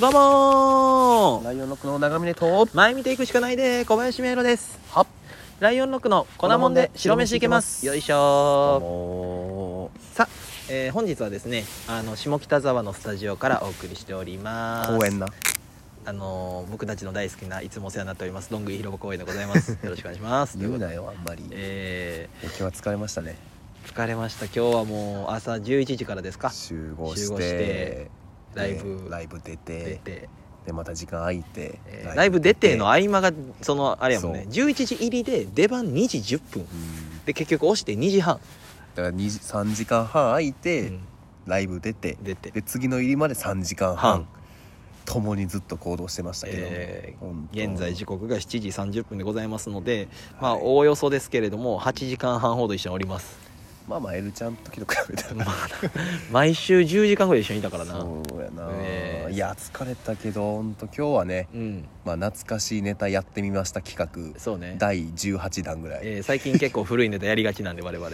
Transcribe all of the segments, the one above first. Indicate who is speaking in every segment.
Speaker 1: どうもー
Speaker 2: ライオンロックの長峰と
Speaker 1: 前見ていくしかないで小林明朗です
Speaker 2: はっ
Speaker 1: ライオンロックの粉もんで白飯いけますよいしょ
Speaker 2: もう
Speaker 1: さあ、えー本日はですねあの下北沢のスタジオからお送りしております
Speaker 2: 公園な
Speaker 1: あのー僕たちの大好きないつもお世話になっておりますどんぐり広場公園でございます よろしくお願いします
Speaker 2: 言う
Speaker 1: ということで
Speaker 2: なよあんまり今
Speaker 1: え
Speaker 2: 日は疲れましたね
Speaker 1: ー疲れました今日はもう朝11時からですか
Speaker 2: 集合
Speaker 1: 集
Speaker 2: し
Speaker 1: 合
Speaker 2: て
Speaker 1: してライ
Speaker 2: で
Speaker 1: ブ
Speaker 2: ライブ出て
Speaker 1: 出て、
Speaker 2: でまた時間空いて、
Speaker 1: えーライブ出ての
Speaker 2: い
Speaker 1: 合間がそのあれやもんね
Speaker 2: そう
Speaker 1: 11時入りで出番2時10分
Speaker 2: うん
Speaker 1: で結局押して2時半、
Speaker 2: だから2時3時間半空いて、
Speaker 1: うん
Speaker 2: ライブ出て
Speaker 1: 出て
Speaker 2: で次の入りまで3時間半
Speaker 1: 半
Speaker 2: 共にずっと行動してましたけど、
Speaker 1: えー
Speaker 2: 本当
Speaker 1: 現在時刻が7時30分でございますので、まあ
Speaker 2: はい
Speaker 1: おおよそですけれども8時間半ほど一緒におります
Speaker 2: まあまあエルちゃんと時と比べたら
Speaker 1: 毎週10時間ぐらい一緒にいたからなう
Speaker 2: そうやな、
Speaker 1: えー
Speaker 2: いや疲れたけど本当今日はね、
Speaker 1: ん
Speaker 2: まあ、懐かしいネタやってみました企画
Speaker 1: そうね、
Speaker 2: 第18弾ぐらい、
Speaker 1: えー最近結構古いネタやりがちなんで我々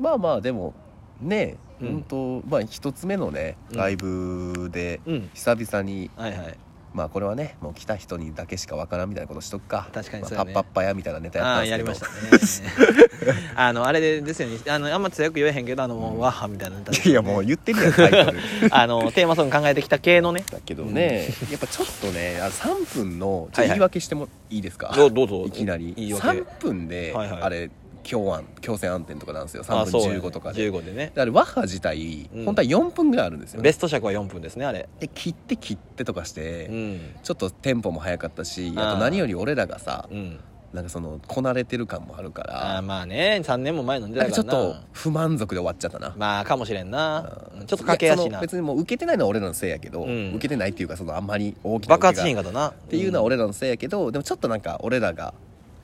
Speaker 2: まあまあでもね
Speaker 1: うん
Speaker 2: 本当、まあ一つ目のね
Speaker 1: うん
Speaker 2: ライブで
Speaker 1: うん
Speaker 2: 久々に、
Speaker 1: はいはい
Speaker 2: まあこれはねもう来た人にだけしかわからんみたいなことしとくか
Speaker 1: 確かに
Speaker 2: まあ
Speaker 1: そうやね
Speaker 2: パッパッパやみたいなネタ
Speaker 1: あ
Speaker 2: や
Speaker 1: あ
Speaker 2: っ
Speaker 1: ー
Speaker 2: た
Speaker 1: や
Speaker 2: ん
Speaker 1: り
Speaker 2: で
Speaker 1: ますし
Speaker 2: け
Speaker 1: た
Speaker 2: ど
Speaker 1: ね あのあれでですよねあのあんま強く言えへんけどあの、
Speaker 2: うん
Speaker 1: ワッハみたいなネタです
Speaker 2: い
Speaker 1: よ
Speaker 2: や
Speaker 1: ね
Speaker 2: もう言ってるやん タイトル
Speaker 1: あのテーマソング考えてきた系のね
Speaker 2: だけどね、やっぱちょっとねあ3分のちょっと
Speaker 1: はいはい
Speaker 2: 言い訳してもいいですか、
Speaker 1: どうどうぞ
Speaker 2: いきなり
Speaker 1: 言い訳
Speaker 2: 3分で、
Speaker 1: はいはい
Speaker 2: あれ強案強制暗転とかなんですよ
Speaker 1: あ
Speaker 2: 3
Speaker 1: そう
Speaker 2: 分
Speaker 1: やね
Speaker 2: 15とかで
Speaker 1: 15でね
Speaker 2: であれ和歌自体、
Speaker 1: うん
Speaker 2: 本当は4分ぐらいあるんですよ、
Speaker 1: ベ
Speaker 2: ね、
Speaker 1: スト尺は4分ですねあれ
Speaker 2: で切って切ってとかして、
Speaker 1: うん
Speaker 2: ちょっとテンポも速かったし
Speaker 1: あー
Speaker 2: あと何より俺らがさ
Speaker 1: うん
Speaker 2: なんかそのこなれてる感もあるか
Speaker 1: あー
Speaker 2: ら
Speaker 1: まあね3年も前のんで
Speaker 2: なん
Speaker 1: た
Speaker 2: か
Speaker 1: か
Speaker 2: ちょ
Speaker 1: ら
Speaker 2: っ
Speaker 1: な
Speaker 2: と不満足で終わっちゃったな、
Speaker 1: まあかもしれんな
Speaker 2: う
Speaker 1: うんんちょっと駆け
Speaker 2: い
Speaker 1: 足
Speaker 2: やそ
Speaker 1: な
Speaker 2: の別にもう受けてないのは俺らのせいやけど、
Speaker 1: うん
Speaker 2: 受けてないっていうかそのあんまり大きな
Speaker 1: 爆発シーン
Speaker 2: が
Speaker 1: がだなっ
Speaker 2: っていうのは俺らのせいやけど、でもちょっとなんか俺らが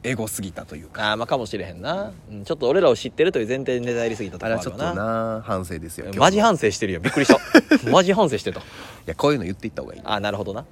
Speaker 2: エゴすぎたというか
Speaker 1: あーまあかもしれへんなうんちょっと俺らを知ってるという前提でネタやりすぎたと
Speaker 2: あ
Speaker 1: ころ
Speaker 2: れは
Speaker 1: あ
Speaker 2: ちょ
Speaker 1: る
Speaker 2: っ
Speaker 1: か
Speaker 2: と
Speaker 1: な
Speaker 2: な反省ですよ今日の
Speaker 1: マジ反省してるよびっくりした マジ反省してた
Speaker 2: いやこういうの言っていった方がいい
Speaker 1: あーなるほどな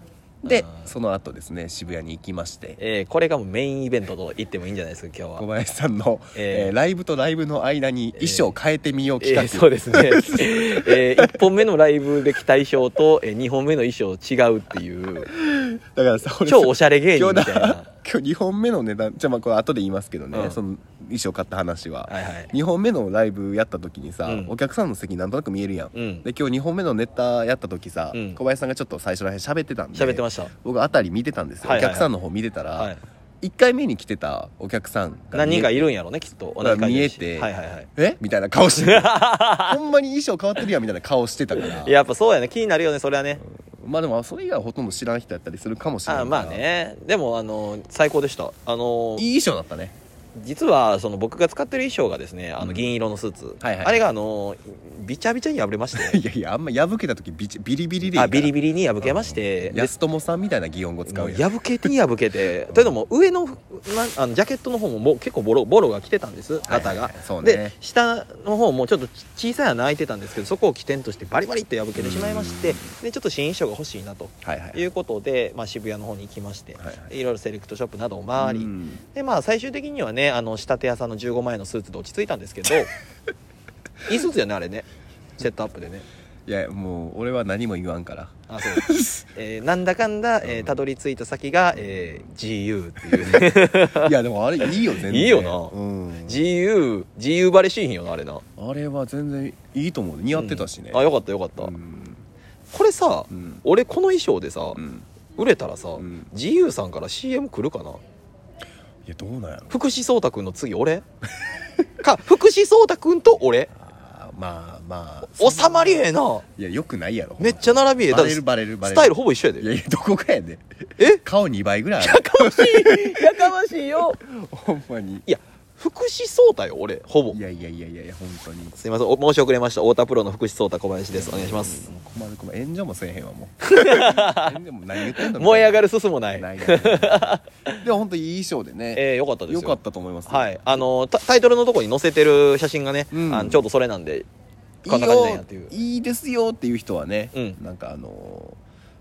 Speaker 2: で
Speaker 1: あー
Speaker 2: その後ですね渋谷に行きまして
Speaker 1: えーこれがもうメインイベントと言ってもいいんじゃないですか今日
Speaker 2: 小
Speaker 1: は
Speaker 2: 林さんの、
Speaker 1: えー
Speaker 2: えーライブとライブの間に衣装を変えてみよう
Speaker 1: え
Speaker 2: 企画、
Speaker 1: ーそうですね、え1本目のライブで着た衣装と、え2本目の衣装違うって いう
Speaker 2: だからさ俺
Speaker 1: 超おしゃれ芸
Speaker 2: 今
Speaker 1: 人
Speaker 2: 日だ
Speaker 1: みたいな
Speaker 2: 今日2本目の値段じゃあまあこれ後で言いますけどね、
Speaker 1: うん
Speaker 2: その衣装買った話は、
Speaker 1: はいはい
Speaker 2: 2本目のライブやった時にさ、
Speaker 1: うん
Speaker 2: お客さんの席なんとなく見えるやん、
Speaker 1: うん
Speaker 2: で今日2本目のネタやった時さ、
Speaker 1: うん
Speaker 2: 小林さんがちょっと最初らへん喋ってたんで
Speaker 1: 喋ってました
Speaker 2: 僕あたり見てたんですよ、
Speaker 1: はいはいはい
Speaker 2: お客さんの方見てたら、
Speaker 1: はい
Speaker 2: 1回目に来てたお客さんが
Speaker 1: 何人
Speaker 2: 見え
Speaker 1: かいるんやろねきっと同じ会場やし
Speaker 2: 見えて
Speaker 1: はいはいはい
Speaker 2: えみたいな顔し てほんまに衣装変わってるやんみたいな顔してたから
Speaker 1: やっぱそうやね気になるよねそれはね
Speaker 2: まあでもそれ以外はほとんど知らん人やったりするかもしれない
Speaker 1: あまあねでもあの最高でしたあの
Speaker 2: いい衣装だったね
Speaker 1: 実はその僕が使ってる衣装がですねあ
Speaker 2: う
Speaker 1: の
Speaker 2: ん
Speaker 1: 銀色のスーツ、
Speaker 2: はいはい
Speaker 1: あれがあのびちゃびちゃに破れまして
Speaker 2: いやいやあんま破けた時ビチビリビリでいい
Speaker 1: あビリ
Speaker 2: ビ
Speaker 1: ビリに破けましてで
Speaker 2: 安友さんみたいな擬音語使
Speaker 1: も
Speaker 2: う
Speaker 1: う
Speaker 2: やん
Speaker 1: 破けてに破けてというのも上の,、ま、あのジャケットの方ももう結構ボロボロが来てたんです
Speaker 2: はいは
Speaker 1: 肩
Speaker 2: い
Speaker 1: が、
Speaker 2: はいそうね
Speaker 1: で下の方もちょっと小さい穴開いてたんですけどそこを起点としてバリバリっと破けてしまいましてでちょっと新衣装が欲しいなと
Speaker 2: はいはいいう
Speaker 1: ことで、まあ、渋谷の方に行きまして、、
Speaker 2: はいはい
Speaker 1: ろいろセレクトショップなどを回り、
Speaker 2: うん
Speaker 1: でまあ最終的にはねあの仕立て屋さんの15万円のスーツで落ち着いたんですけ どいいスーツやねあれねセットアップでね
Speaker 2: いやもう俺は何も言わん から
Speaker 1: あそう、えーなんだかんだ、えーたどり着いた先が、えー GU っていうね
Speaker 2: いやでもあれいいよ全然
Speaker 1: いいよな
Speaker 2: うん
Speaker 1: GU GU バレしいんよなあれな
Speaker 2: あれは全然いいと思う似合ってたしね
Speaker 1: うんあよかったよかった、
Speaker 2: うん
Speaker 1: これさ、
Speaker 2: うん
Speaker 1: 俺この衣装でさ、
Speaker 2: うん
Speaker 1: 売れたらさ、
Speaker 2: うん
Speaker 1: GU さんから CM 来るかない
Speaker 2: やどうなんやろ
Speaker 1: 福士蒼太くんの次俺 か福士蒼太くんと俺
Speaker 2: あーまあまあ
Speaker 1: 収まりええない
Speaker 2: やよくないやろ
Speaker 1: めっちゃ並びええだ
Speaker 2: バ
Speaker 1: って
Speaker 2: レるバレるバレ
Speaker 1: ス
Speaker 2: る
Speaker 1: タイルほぼ一緒やで
Speaker 2: いやいやどこかやで
Speaker 1: え
Speaker 2: 顔2倍ぐらいあ
Speaker 1: や
Speaker 2: る
Speaker 1: かましいやかましいよ
Speaker 2: ほんまに
Speaker 1: いや福士蒼太よ俺ほぼ
Speaker 2: いやいやいやいやいや本当に
Speaker 1: すいませんお申し遅れました太田プロの福士蒼太小林ですお願いします
Speaker 2: うん困る困る炎上もせえへん わもう炎上も何言ってんの
Speaker 1: 燃え上がるすすもない
Speaker 2: ないないないでも本当いい衣装でね、
Speaker 1: えー、よかったですよ
Speaker 2: よかったと思います、
Speaker 1: はいあのタタイトルのとこに載せてる写真がね、
Speaker 2: うん
Speaker 1: あのちょうどそれなんで
Speaker 2: いい
Speaker 1: こんな感じなんやってい
Speaker 2: よ
Speaker 1: う
Speaker 2: いいですよっていう人はね、
Speaker 1: うん
Speaker 2: なんかあのー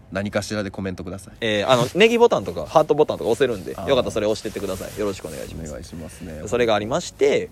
Speaker 2: 何かしらでコメントください
Speaker 1: えーあのネギボタンとかハートボタンとか押せるんでよ
Speaker 2: あ
Speaker 1: か
Speaker 2: ー
Speaker 1: ったらそれ押してってくださいよろしくお願いしま
Speaker 2: お
Speaker 1: す
Speaker 2: 願いしますね
Speaker 1: それがありまして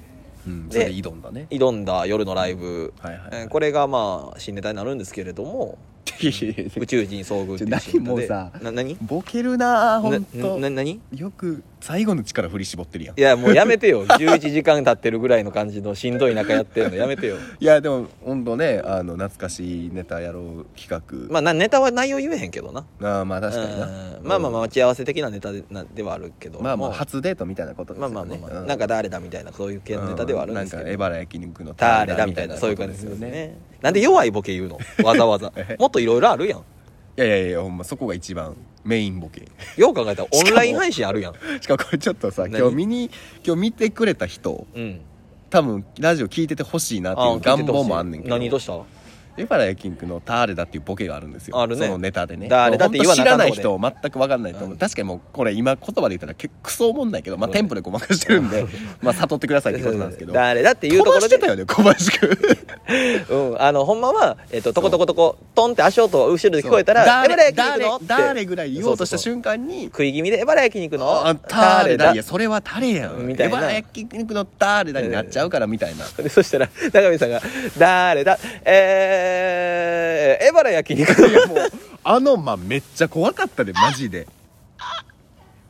Speaker 2: うん、
Speaker 1: で
Speaker 2: それで挑んだね
Speaker 1: 挑んだ夜のライブ、
Speaker 2: はいはい、
Speaker 1: えーこれがまあ新ネタになるんですけれども
Speaker 2: いやいやいや
Speaker 1: 宇宙人遭遇っていうシーンで
Speaker 2: ちょ何もうさ
Speaker 1: な何
Speaker 2: ボケるなあほ
Speaker 1: なん
Speaker 2: と
Speaker 1: な何い
Speaker 2: よく最後の力振り絞ってるやんいや
Speaker 1: やもうやめて よ11時間経ってるぐらいの感じのしんどい中やってるのやめてよ
Speaker 2: でも本当ねあの懐かしいネタやろう企画
Speaker 1: まあなネタは内容言えへんけどな
Speaker 2: あーまあ確かにな
Speaker 1: うんまあまあまあ待ち合わせ的なネタでなではあるけど
Speaker 2: まあまあ
Speaker 1: もう
Speaker 2: 初デートみたいなことです
Speaker 1: ま
Speaker 2: よ
Speaker 1: あ
Speaker 2: ね
Speaker 1: まあまあまあ
Speaker 2: う
Speaker 1: なんか誰だみたいなそういう系のネタではあるんですけど
Speaker 2: うなんかエバラ焼肉の
Speaker 1: 誰だみたいなそういう感じですよねなんで弱いボケ言うのわざわ ざもっといろいろあるやん
Speaker 2: いやいやいやほんまそこが一番メイン ボケ
Speaker 1: よう考えたらオンライン配信あるやん
Speaker 2: しかもこれちょっとさ
Speaker 1: 何
Speaker 2: 今日見に今日見てくれた人
Speaker 1: うん
Speaker 2: 多分ラジオ聞いててほしいなっていう願望もあんねんけど
Speaker 1: 何どうした
Speaker 2: エバラ焼肉の「ターレだ」っていうボケがあるんですよ
Speaker 1: あるね
Speaker 2: そのネタでね
Speaker 1: 誰だって言わなあ
Speaker 2: もう
Speaker 1: かん
Speaker 2: ほんと知
Speaker 1: と
Speaker 2: ら
Speaker 1: こ
Speaker 2: ない人全く分かんないと思う、
Speaker 1: うん
Speaker 2: 確かにもうこれ今言葉で言ったら結構クソ思んないけど、まあ、
Speaker 1: そう
Speaker 2: テ
Speaker 1: ね
Speaker 2: ンポでごまかしてる んでまあ悟ってくださいってことなんですけど
Speaker 1: 誰だっていう
Speaker 2: 飛
Speaker 1: とこ
Speaker 2: ば
Speaker 1: ろ
Speaker 2: し
Speaker 1: で
Speaker 2: てたよね小林君
Speaker 1: うんあのほんまはえっとトコトコトコトンって足音を後ろで聞こえたら「エバラ
Speaker 2: 誰
Speaker 1: 焼肉の?」っ
Speaker 2: 誰
Speaker 1: て
Speaker 2: 誰ぐらい言おうとした
Speaker 1: そうそうそう
Speaker 2: 瞬間に
Speaker 1: 食い気味で「エバラ焼肉の?」
Speaker 2: あ誰だいやそれは誰やん
Speaker 1: みたいな
Speaker 2: エバラ焼肉の誰だになっちゃうからみたいな、
Speaker 1: でそしたら永見さんが「誰だえー、エバラ焼肉
Speaker 2: いやもうあのまめっちゃ怖かったでマジで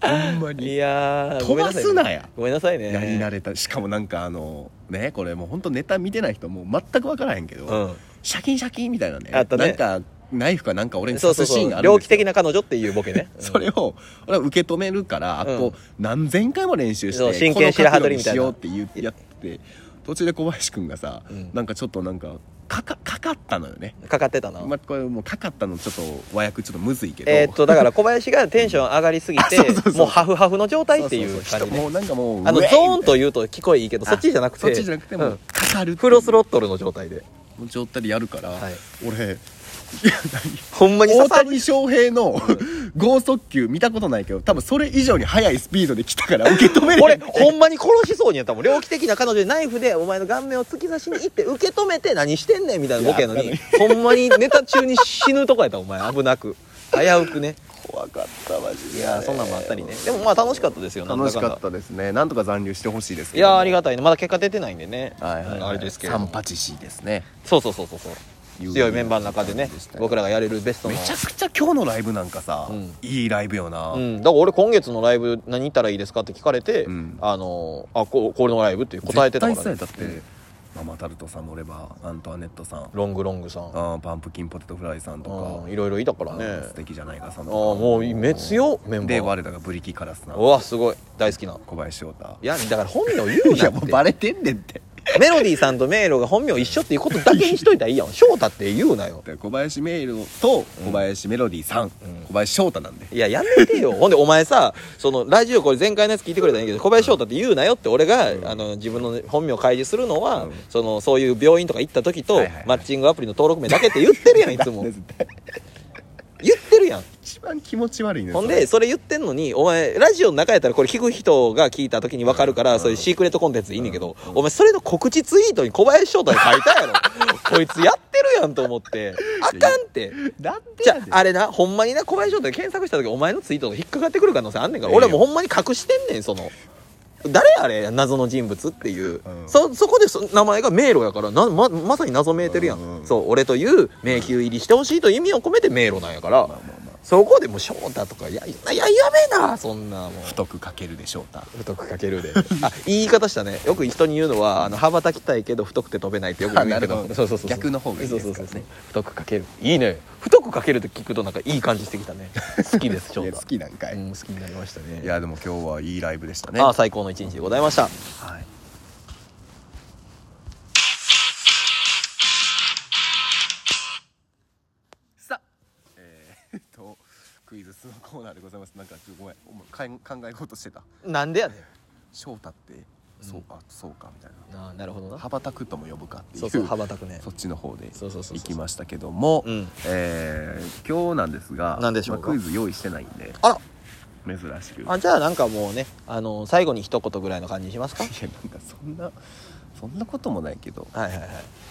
Speaker 2: ほんま」に
Speaker 1: いやーごめんさいね
Speaker 2: 飛ばすなや
Speaker 1: ごめんなさいね
Speaker 2: やり慣れたしかもなんかあのねこれもうほんとネタ見てない人もう全く分からへんけど、
Speaker 1: うん
Speaker 2: シャキンシャキンみたいなね
Speaker 1: あったね
Speaker 2: なんかナイフかなんか俺に
Speaker 1: そう
Speaker 2: 刺
Speaker 1: そう
Speaker 2: すシ
Speaker 1: そ
Speaker 2: ーン
Speaker 1: う
Speaker 2: があるん
Speaker 1: 猟
Speaker 2: で
Speaker 1: 奇
Speaker 2: すよ
Speaker 1: 的な彼女っていうボケね
Speaker 2: それを俺は受け止めるから、あ
Speaker 1: う
Speaker 2: と
Speaker 1: ん
Speaker 2: 何千回も練習して
Speaker 1: そう真剣白羽取りみたいな
Speaker 2: この角度にしようって言ってやって途中で小林君がさ、
Speaker 1: うん
Speaker 2: なんかちょっとなんかかかかかったのよね
Speaker 1: かかってたな、
Speaker 2: まあ、これもうかかったのちょっと和訳ちょっとむずいけど
Speaker 1: えーっとだから小林がテンション上がりすぎて
Speaker 2: あそうそうそう
Speaker 1: もうハフハフの状態っていう
Speaker 2: そ
Speaker 1: 感
Speaker 2: そ
Speaker 1: じ
Speaker 2: そ
Speaker 1: で
Speaker 2: もうなんかもう
Speaker 1: あの
Speaker 2: ウ
Speaker 1: ゾ
Speaker 2: ェイ
Speaker 1: ーンと言うと聞こえいいけどそっちじゃなくて
Speaker 2: そっちじゃなくても
Speaker 1: う
Speaker 2: うんかかるっていう
Speaker 1: フルスロットルの状態で
Speaker 2: 状態でやるから、
Speaker 1: はい
Speaker 2: 俺いや
Speaker 1: ほんまに刺
Speaker 2: 何大
Speaker 1: さる
Speaker 2: 谷翔平の 剛速球見たことないけど多分それ以上に速いスピードで来たから受け止めれ
Speaker 1: 俺ほんまに殺しそうにやったもん猟奇的な彼女にナイフでお前の顔面を突き刺しに行って受け止めて何してんねんみたいなボケやの
Speaker 2: い
Speaker 1: に
Speaker 2: や
Speaker 1: ほんまにネタ中に死ぬとこやったお前危なく危うくね
Speaker 2: 怖かったマジで
Speaker 1: いやーそんなんもあったりねでもまあ楽しかったですよなん
Speaker 2: 楽
Speaker 1: だか
Speaker 2: し
Speaker 1: んだ
Speaker 2: かったですねなんとか残留してほしいです
Speaker 1: いやーあり
Speaker 2: が
Speaker 1: がたいねまだ結果出てないんでね、
Speaker 2: はいはい、
Speaker 1: うんあれですけれど
Speaker 2: サ
Speaker 1: も
Speaker 2: ンパチシーですね
Speaker 1: そうそうそうそうそう
Speaker 2: 有名
Speaker 1: 強いメンバーの中でね
Speaker 2: でしたよ
Speaker 1: 僕らがやれるベストの
Speaker 2: めちゃくちゃ今日のライブなんかさ、
Speaker 1: うん
Speaker 2: いいライブよな、
Speaker 1: うん、だから俺今月のライブ何行ったらいいですかって聞かれて、
Speaker 2: うん
Speaker 1: あのーあここれのライブって答えてたから、
Speaker 2: 絶対そうやだって、ママタルトさんもおればアントワネットさんあ
Speaker 1: ロングロングさん
Speaker 2: ーパンプキンポテトフライさんとか、
Speaker 1: うんいろいろいたからね
Speaker 2: あー素敵じゃないかさん
Speaker 1: ああもうめ強メンバ
Speaker 2: で
Speaker 1: ー
Speaker 2: 我らがブリキカラスな
Speaker 1: うわすごい大好きな
Speaker 2: 小林翔太
Speaker 1: いやだから本名言うなって
Speaker 2: レてんねんって
Speaker 1: メロディーさんと迷路が本名一緒っていうことだけにしといたらいいやん翔太って言うなよ
Speaker 2: 小林メールと小林メロディーさん、小林翔太なんで
Speaker 1: いややめ てよほんでお前さそのラジオこれ前回のやつ聞いてくれたらいいけど小林翔太って言うなよって俺が、あの自分の本名を開示するのは、
Speaker 2: うん
Speaker 1: そのそういう病院とか行った時と、
Speaker 2: はいはいはい
Speaker 1: マッチングアプリの登録名だけって言ってるやんい つも
Speaker 2: 絶対
Speaker 1: 言って るやん
Speaker 2: 一番気持ち悪いね
Speaker 1: ほんでそれ言ってんのにお前ラジオの中やったらこれ聞く人が聞いた時に分かるから、そういうシークレットコンテンツでいいねんけど、お前それの告知ツイートに小林翔太が書い たやろこいつやってるやんと思ってあかんって
Speaker 2: なん
Speaker 1: じ
Speaker 2: じ
Speaker 1: ゃ
Speaker 2: ゃ
Speaker 1: ああれなほんまにな小林翔太で検索した時お前のツイートが引っかかってくる可能性あんねんから、俺はもうほんまに隠してんねんその誰あれ謎の人物っていう、
Speaker 2: うん
Speaker 1: そそこでそ名前が迷路やからなままさに謎めいてるやん、
Speaker 2: うんうん
Speaker 1: そう俺という迷宮入りしてほしいという意味を込めて迷路なんやから、そこでもう翔太とかいやいやいややめなそんなもう
Speaker 2: 太くかけるで翔太
Speaker 1: 太くかけるであ言い方したねよく人に言うのはあの羽ばたきたいけど太くて飛べないってよく言うんやけど
Speaker 2: あなるほど
Speaker 1: そうそうそう
Speaker 2: 逆の方がいいです
Speaker 1: そう
Speaker 2: かね
Speaker 1: そうそう太くかけるいいね太くかけるって聞くとなんかいい感じしてきたね好きですちょ
Speaker 2: いうや
Speaker 1: ど
Speaker 2: 好きなんかい、
Speaker 1: うん、好きになりましたね
Speaker 2: いやでも今日はいいライブでしたね
Speaker 1: ああ最高の一日でございました
Speaker 2: はいさあえー、っとクイズスのコーナーでございますなんかちょっとごめんお前かん考え事してた
Speaker 1: なんでやね
Speaker 2: 翔太ってそうか、そうかみたいなん
Speaker 1: ああなるほどな
Speaker 2: 羽ばたくとも呼ぶかっていう
Speaker 1: そうそう羽ばたくね
Speaker 2: そっちの方で
Speaker 1: そうそうそうそう
Speaker 2: 行きましたけども
Speaker 1: うん
Speaker 2: えー今日なんですが
Speaker 1: 何でしょうか
Speaker 2: まあクイズ用意してないんで
Speaker 1: あら
Speaker 2: 珍しく
Speaker 1: あじゃあなんかもうねあの最後に一言ぐらいの感じにしますか
Speaker 2: いやなんかそんなそんなこともないけど
Speaker 1: はいはいはい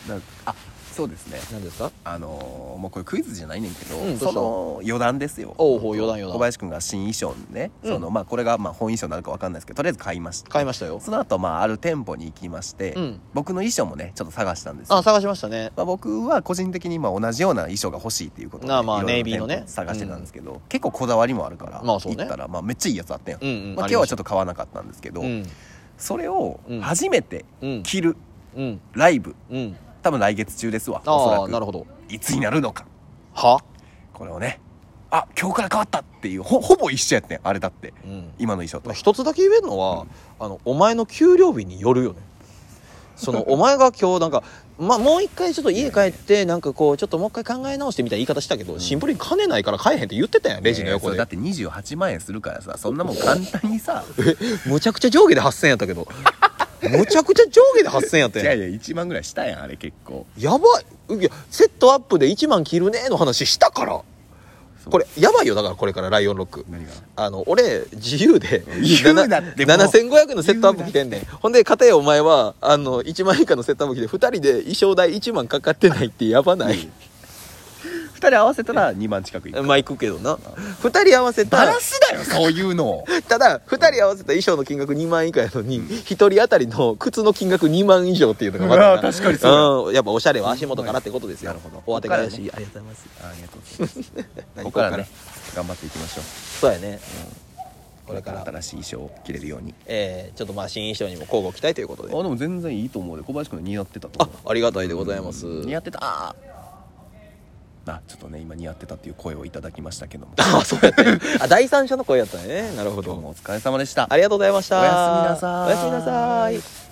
Speaker 2: なんかあそうですね
Speaker 1: 何ですか
Speaker 2: あのーもうこれクイズじゃないねんけど、
Speaker 1: うんどうした
Speaker 2: その余談ですよ
Speaker 1: おうほう余談余談
Speaker 2: 小林くんが新衣装にね、
Speaker 1: うん
Speaker 2: そのまあこれがまあ本衣装になるかわかんないですけどとりあえず買いました
Speaker 1: 買いましたよ
Speaker 2: その後まあある店舗に行きまして、
Speaker 1: うん
Speaker 2: 僕の衣装もねちょっと探したんですよ
Speaker 1: あ探しましたね
Speaker 2: まあ、僕は個人的にまあ同じような衣装が欲しいっていうことで
Speaker 1: ああまあ
Speaker 2: いろいろ
Speaker 1: ネイビーのね
Speaker 2: 店舗探してたんですけど、結構こだわりもあるから、
Speaker 1: まあそうね
Speaker 2: 行ったらまあめっちゃいいやつあったやん、
Speaker 1: うんうん
Speaker 2: まあ、今日はちょっと買わなかったんですけど、
Speaker 1: うん
Speaker 2: それを
Speaker 1: うん
Speaker 2: 初めて
Speaker 1: うん
Speaker 2: 着る
Speaker 1: うん
Speaker 2: ライブ
Speaker 1: うん
Speaker 2: 多分来月中ですわおそ
Speaker 1: あ
Speaker 2: ら
Speaker 1: あ
Speaker 2: く
Speaker 1: なるほど
Speaker 2: いつになるのか
Speaker 1: は
Speaker 2: これをねあ今日から変わったっていうほほぼ一緒やってんあれだって
Speaker 1: うん
Speaker 2: 今の衣装と
Speaker 1: まあ、一つだけ言えるのは、あのお前の給料日によるよねそ のお前が今日なんか、まあ、もう一回ちょっと家帰ってなんかこうちょっともう一回考え直してみたいな言い方したけど、シンプルに金ないから買えへんって言ってたやんレジの横
Speaker 2: えーそれ
Speaker 1: で、
Speaker 2: だって28万円するからさそんなもん簡単に さ
Speaker 1: むちゃくちゃ上下で8000円やった けどむちゃくちゃ上下で8000円やった
Speaker 2: い
Speaker 1: や
Speaker 2: や
Speaker 1: ん
Speaker 2: いや1万ぐらいしたやんあれ結構
Speaker 1: やばいういやセットアップで1万切るねの話したから
Speaker 2: そう
Speaker 1: これやばいよだからこれからライオンロック
Speaker 2: 何が
Speaker 1: あの俺自由で
Speaker 2: 自由だってもう
Speaker 1: 7500円のセットアップ着てんねんほんで片やお前はあの1万円以下のセットアップ着て2人で衣装代1万かかってないってやばない
Speaker 2: 2人合わせたら2万近くいく
Speaker 1: まあ行くけどな2人合わせ
Speaker 2: バ
Speaker 1: た
Speaker 2: ラしだよそういう の
Speaker 1: ただ2人合わせた衣装の金額2万以下やのに1人当たりの靴の金額2万以上っていうのがま
Speaker 2: う
Speaker 1: た
Speaker 2: わ確かにそうや
Speaker 1: うんやっぱおしゃれは足元からってことですよ
Speaker 2: なるほど
Speaker 1: お当てがやし、
Speaker 2: こ
Speaker 1: ありがとうございます
Speaker 2: ありがとうございますこ
Speaker 1: 何
Speaker 2: こからね頑張っていきましょう
Speaker 1: そうやね、これから
Speaker 2: 新しい衣装を着れるように
Speaker 1: えーちょっとまあ新衣装にも交互期待ということ
Speaker 2: あ
Speaker 1: で
Speaker 2: でも全然いいと思うで小林君の似合ってたと
Speaker 1: あ
Speaker 2: 思う
Speaker 1: ありがたいでございます、
Speaker 2: 似合ってたあーあちょっとね今似合ってたっていう声をいただきましたけども
Speaker 1: あそうやったよあ第三者の声やったねなるほ
Speaker 2: どうも
Speaker 1: ど
Speaker 2: お疲れ様でした
Speaker 1: ありがとうございました
Speaker 2: おやすみなさい
Speaker 1: おやすみなさい